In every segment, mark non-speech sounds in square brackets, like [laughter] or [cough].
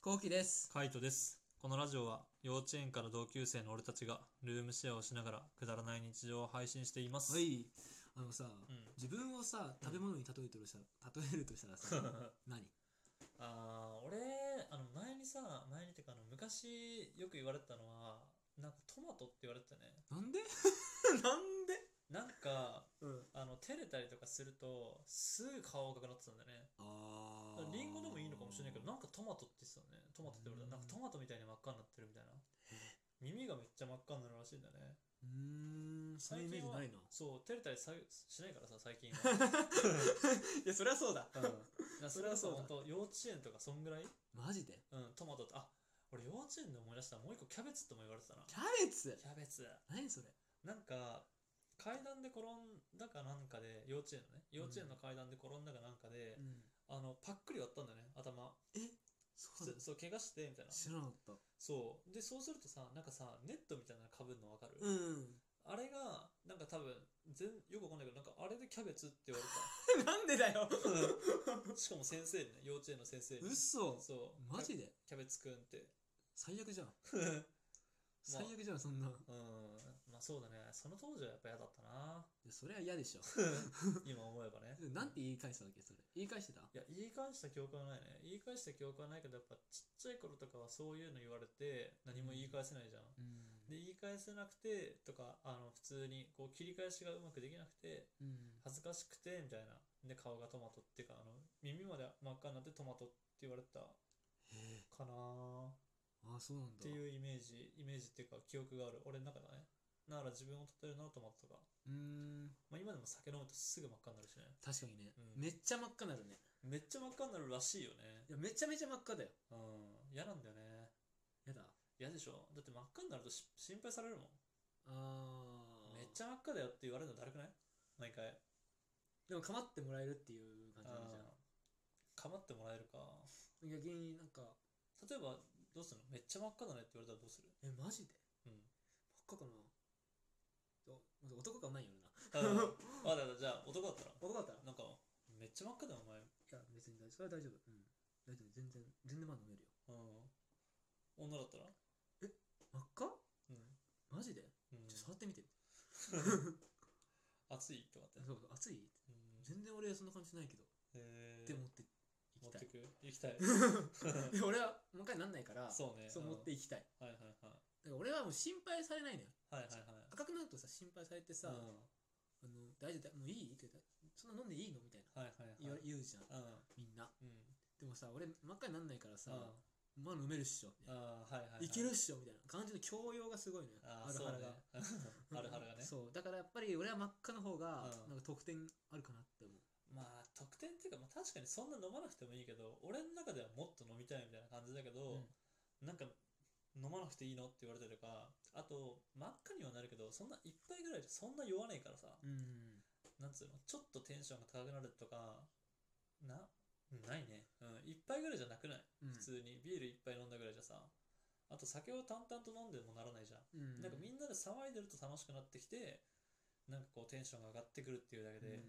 こうきです。カイトです。このラジオは幼稚園から同級生の俺たちがルームシェアをしながらくだらない日常を配信しています。は。い。あのさ、うん。 [laughs] 自分をさ、食べ物に例えてるとした例えるとしたら [laughs] さ、何あー俺、あの前にさ、前にってかあの昔よく言われてたのは、なんかトマトって言われてたね。 [laughs] なんでなんでなんか、うん。あの、照れたりとかすると、すぐ顔赤くなってたんだよね。あだかー。らリンゴでもいいのかもしれないけど、なんかトマトって言ってたね。トマトって言われた。なんかトマトみたいに真っ赤になってるみたいな。耳がめっちゃ真っ赤になるらしいんだね。うーん、そのイメージないな。そう、照れたりさしないからさ、最 [laughs] 近は。いや、そりゃそうだ。うん、だからそれはさ、それはそうだ本当幼稚園とかそんぐらい、マジでうん、トマトと、あ俺幼稚園で思い出した、もう一個キャベツっても言われてたな。キャベツキャベツ。何それなんか、階段で転んだかなんかで、幼稚園のね、幼稚園の階段で転んだかなんかで、ん。あの、パックリ割ったんだよね、頭。そうだそ。そう、怪我して、みたいな。知らなかった。そう。で、そうするとさ、なんかさ、ネットみたいなのかぶるのわかる、 [laughs] ん。あれが、なんか多分、全よくわかんないけど、なんかあれでキャベツって言われた。なんでだよしかも先生にね、幼稚園の先生に。嘘そう。マジでキャベツくんって。最 [laughs] 悪じゃん。う最悪じゃん、そんな。いん。まあそうだね。その当時はやっぱ嫌だったな。や、それは嫌でしょ。今思えばね。なんて言い返したわけそれ。言い返してたいや、言い返した記憶はないね。言い返した記憶はないけど、やっぱちっちゃい頃とかはそういうの言われて、何も言い返せないじゃん。うんで、言い返せなくて、とか、あの、普通に、こう、切り返しがうまくできなくて、うん。恥ずかしくて、みたいな。で、顔がトマトっていうか、あの、耳まで真っ赤になってトマトって言われたへえかなぁ。ああそうなんだっていうイメージ、イメージっていうか記憶がある。俺の中だね。だから自分を立てるなと思ったとか。うーんまあ今でも酒飲むとすぐ真っ赤になるしね。確かにね、うんめっちゃ真っ赤になるねめっちゃ真っ赤になるらしいよねい。やめちゃめちゃ真っ赤だようん。嫌なんだよね。やだ嫌でしょだって真っ赤になるとし心配されるもん。あーめっちゃ真っ赤だよって言われるのだるくない毎回。でも構ってもらえるっていう感じなんじあーかまってもらえるか。ゃん逆になんか例えば、どうするのめっちゃ真っ赤だねって言われたらどうするえマジでうん。真っ赤かなお待って男感ないよ俺なあのわかったわかったじゃあ男だったら。男だったらいなんか、めっちゃ真っ赤だよ、お前。や別に大丈夫それは大丈夫うん大丈夫全然全然まだ飲めるようん。女だったら真っ赤うん。マジでうんちょっと触ってみて、熱いとかって。そうそう熱いうん全然俺そんな感じしないけどえーって持ってい持きったていく行 [laughs] きたい。いや俺はもう一回なんないからそうね。そう持っていいきたいはいはいはい。だから俺はもう心配されないのよはいはいはい。赤くなるとさ心配されてさ、うんあの大丈夫だもういいって言ったらそんな飲んでいいのみたいなはいはい言はわい。言うじゃんうん。みんなうん。でもさ俺真っ赤になんないからさ、あまあ飲めるっしょみたいあー、はいはいは。ないいけるっしょみたいな感じの教養がすごいのよあああ、るそうはね [laughs] るが。あるはるがね。そうだからやっぱり俺は真っ赤の方がうんなんか得点あるかなって思う、まあ、得点っていうか、まあ確かにそんな飲まなくてもいいけど、俺の中ではもっと飲みたいみたいな感じだけど、なんか、飲まなくていいのって言われたりとか、あと、真っ赤にはなるけど、そんな一杯ぐらいじゃそんな酔わないからさ。うん、なんつうの、ちょっとテンションが高くなるとか、な、ないね。うん、一杯ぐらいじゃなくないうん普通に、ビール一杯飲んだぐらいじゃさ、あと酒を淡々と飲んでもならないじゃん。うん、なんかみんなで騒いでると楽しくなってきて、なんかこうテンションが上がってくるっていうだけで、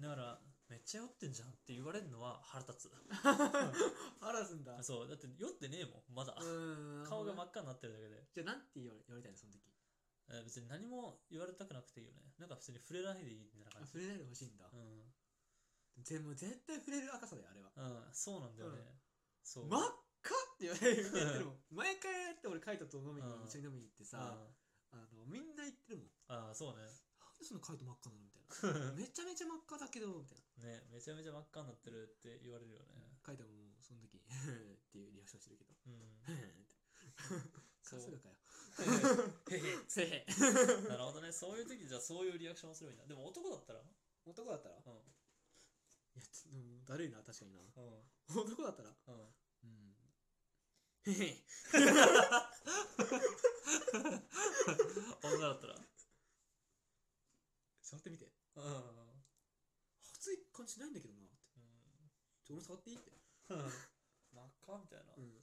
だから、めっちゃ酔ってんじゃんって言われるのは腹立つ。うん、らすんだそう、だって酔ってねえもん、まだ。うん顔が真まっ赤になってるだけで。じゃあなんて言われ言われたいのその時えー別に何も言われたくなくていいよね。なんか普通に触れないでいいみたいなあ感じ。触れないでほしいんだ、うん。全部絶対触れる赤さだよあれはうん、そうなんだよね。うんそう。真っ赤って言われる言ってるもん毎回やって俺カイトと飲みにうん一緒に飲みに行ってさ、うんあのみんな言ってるもんああ、そうなんでそのカイト真っ赤なのみたいなね。めちゃめちゃ真っ赤だけどみたいなね、めちゃめちゃ真っ赤になってるって言われるよね。カイトももう [laughs] その時っていうリアクションしてるけどうん。そ春う。日かよ [laughs] へへへせえへなるほどね。そういう時、じゃあそういうリアクションをすればいいんだ。でも男だったらう [laughs] 男だったらいん。やちょっともうだるいな確かになうん。男だったらうん。うんへへ女だったら触ってみてうん。うん熱い感じないんだけどなってちょ俺も触っていいって、真っ赤みたいな。うう。ん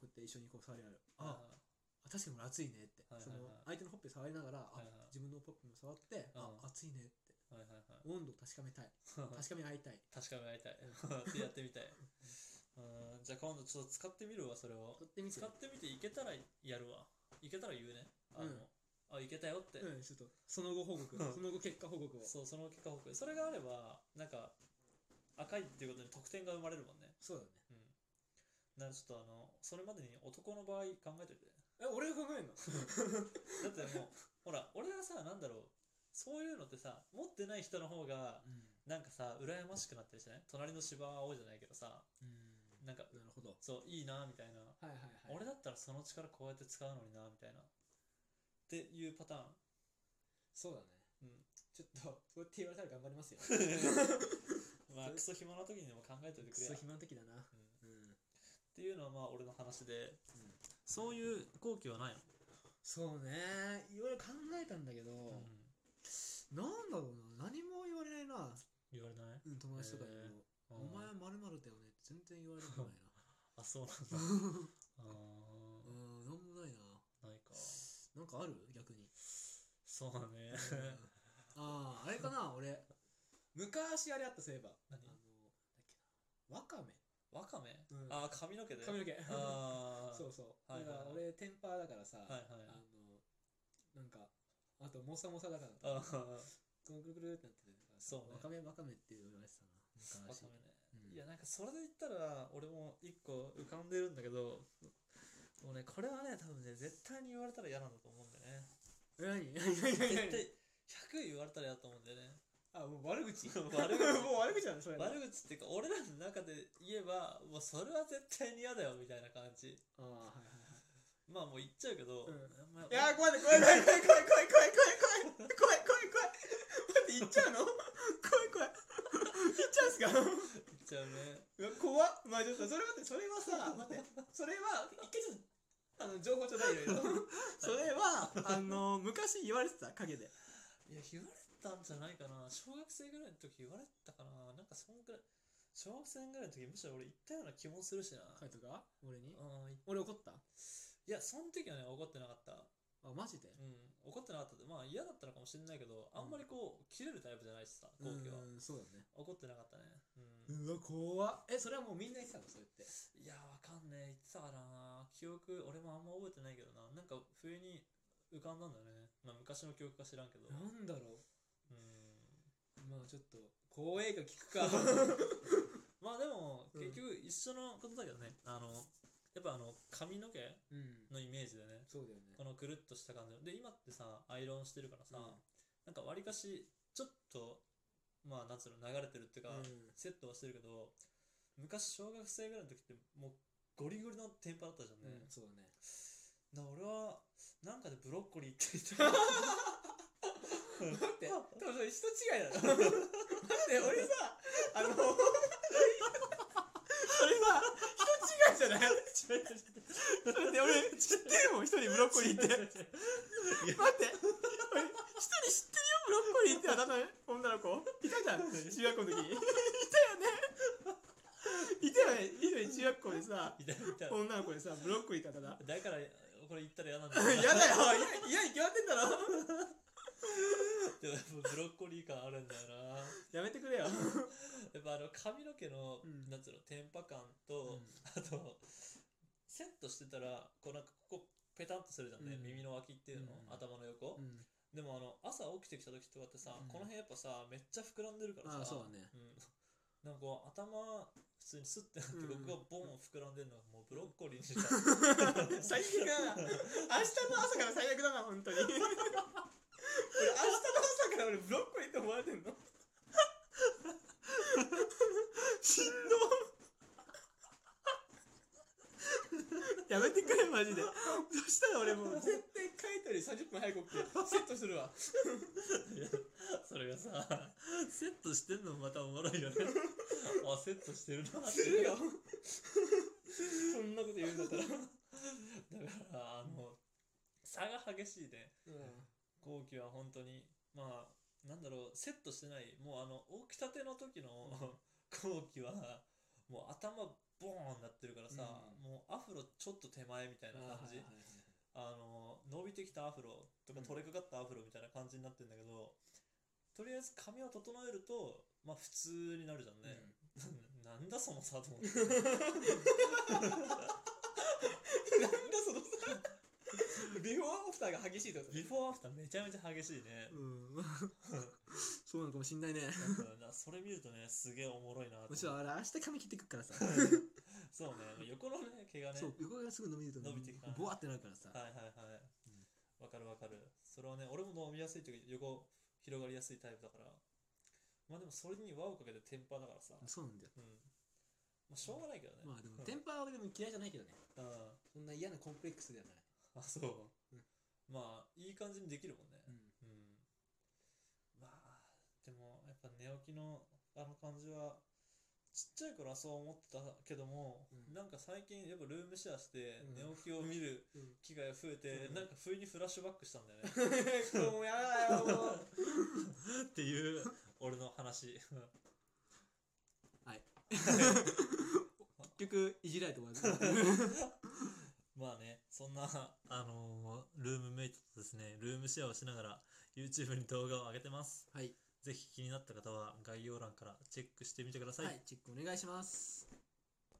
ん、こうやって一緒にこう触り合うあああ確かに俺熱いねって、はいはいそはいの相手のほっぺ触りながら、あはいはい自分のほっぺも触って、うんあ熱いねってあ、はいはいはい。温度を確かめたい確かめ合いたい確かめ合いたい。ってやってみたい。うんじゃあ今度ちょっと使ってみるわそれを買ってみて使ってみていけたらやるわいけたら言うねあうんの、あいけたよって、うんちょっとその後報告うんその後結果報告をそうその結果報告それがあればなんか赤いっていうことに得点が生まれるもんねそうだねうんならちょっとあのそれまでに男の場合考えといてえ俺が考えるのだって [laughs] もうほら俺はさなんだろうそういうのってさ持ってない人の方がなんかさ羨ましくなったりしない隣の芝は青じゃないけどさうんなんかなるほどそういいなみたいな、はいはいはい俺だったらその力こうやって使うのになみたいなっていうパターンそうだねうんちょっとそうやって言われたら頑張り [laughs] ますよまあクソ暇な時にでも考えといてクくれソや、暇な時だなうんうっん、うん、ていうのはまあ俺の話でそういう好機はないの、そうねいろいろ考えたんだけど、うんなんだろうな何も言われないな、言われないうん、友達とかにも、へーお前はまるまるだよねって全然言われたくないな [laughs] あそうなんだあうんーなんもないなないかなんかある逆にそうだねうんあああれかな俺昔あれあったそういえばあのだ何っけなわかめわかめ、うんあー髪の毛で髪の毛あ [laughs] [laughs] ーそうそう、はいはいはいだから俺テンパーだからさ、はいはいあのなんかあとモサモサだからあくるくるくるってなってるからそうねわかめわかめって言われてたなーわ昔かめね、うんいやなんかそれで言ったら俺も一個浮かんでるんだけどもうねこれはね多分ね絶対に言われたら嫌なんだと思うんだよね [laughs] え何何絶何対何100言われたら嫌だと思うんだよね [laughs] あもう悪口 [laughs] 悪 [laughs] 口もう悪口なんだそれ悪口っていうか俺らの中で言えばもうそれは絶対に嫌だよみたいな感じああはいはいはいまあもう言っちゃうけど、うんあんまりいやー怖い怖い怖い怖い怖い怖い怖い怖い怖い怖い怖い怖い怖い怖い待って行っちゃうの怖い怖い行っちゃうんすか言っちゃうねうわ怖っまあちょっとそれ待ってそれはさ待ってそれは一回ちょっとあの情報ちょうだいよいろいろ [laughs] それはあの昔言われてた陰でいや言われたんじゃないかな小学生ぐらいの時言われたかななんかそんぐらい小学生ぐらいの時むしろ俺言ったような気もするしな、カイトが俺にうんい俺怒ったやその時はね怒ってなかったあマジでうん怒ってなかったってまあ嫌だったのかもしれないけどあんまりこう切れるタイプじゃないしさ後期はうんそうだね怒ってなかったねうんうわ怖っえそれはもうみんな言ってたのそれっていやわかんねえ言ってたかな記憶俺もあんま覚えてないけどななんか不意に浮かんだんだよねまあ昔の記憶か知らんけどなんだろうんうまあちょっと怖えが聞く [laughs] かまあでもうん結局一緒のことだけどね、あのやっぱあの髪の毛うんのイメージでねそうだよねこのくるっとした感じので今ってさアイロンしてるからさ、うんなんかわりかしちょっとまあなんつうの流れてるっていうか、うんセットはしてるけど昔小学生ぐらいの時ってもうゴリゴリのテンパだったじゃんねうん、そうだねだから俺はなんかでブロッコリーって言って待って、 [laughs] 多分それ人違いだろ。待って、俺さ、あの、それさ、人違いじゃない待って、俺知ってるもん、一人ブロッコリーって。待って、俺一人知ってるよ、ブロッコリーってあだ名、女の子。いたじゃん、中学校の時。いたよね。いたよね、一人中学校でさ、 [laughs] みたいなみたいな女の子でさ、ブロッコリーってあだ名。だからこれ言ったら嫌なんだ [laughs] 嫌だよ、嫌に決まってんだろ。でもやっぱブロッコリー感あるんだよなやめてくれよ。やっぱあの髪の毛の、うんなんつうのテンパ感と、うんあとセットしてたらこうなんかここペタンとするじゃんね、うん耳の脇っていうの、うん頭の横、うんでもあの朝起きてきた時とかってさ、うんこの辺やっぱさめっちゃ膨らんでるからさあそうだねうん、なんかこう頭普通にスッてなって、うん僕がボン膨らんでるのがもうブロッコリー [laughs] にした [laughs] 最悪だな明日の朝から最悪だな本当に俺明日の朝から俺ブロッコリーって思われてんのしんどやめてくれマジでそしたら俺もう絶対カイトより30分早く起きてセットするわ [laughs] それがさセットしてんのもまたおもろいよ [laughs] ねあセットしてるなってするよそんなこと言うんだったら、だからあの差が激しいねう後期は本当にまあなんだろうセットしてないもうあの起きたての時の後期はもう頭ボーンなってるからさ、うもうアフロちょっと手前みたいな感じあの伸びてきたアフロとかうん取れかかったアフロみたいな感じになってるんだけど、とりあえず髪を整えるとまあ普通になるじゃんね、なんだその差と思ってなんだその差ビフォーアフターが激しいってことビフォーアフターめちゃめちゃ激しいねう、んそうなのかもしんないねなんかなそれ見るとねすげえおもろいなと思むっしてろあれ明日髪切ってくっからさそうね横のね毛がねそう横がすぐ伸びるとね伸びてくからねボワってなるからさはいはいはいわ、かるわかるそれはね俺も飲みやすいというか横広がりやすいタイプだからまあでもそれに輪をかけてテンパだからさうそうなんだよんまあしょうがないけどね、まあでもうんテンパーはでも嫌いじゃないけどねうんそんな嫌なコンプレックスではない [laughs] あそううんまあいい感じにできるもんねうんうん、まあでもやっぱ寝起きのあの感じはちっちゃい頃はそう思ってたけども、うんなんか最近やっぱルームシェアしてうん寝起きを見るうん機会が増え [laughs] て、うんなんか不意にフラッシュバックしたん [laughs] だよねもうやだよもう [laughs] っていう俺の話はいはい結局いじられて終わるまあね、そんな、 [laughs] あのールームメイトとですね、ルームシェアをしながら YouTube に動画を上げてます。はいぜひ気になった方は概要欄からチェックしてみてください。はいチェックお願いします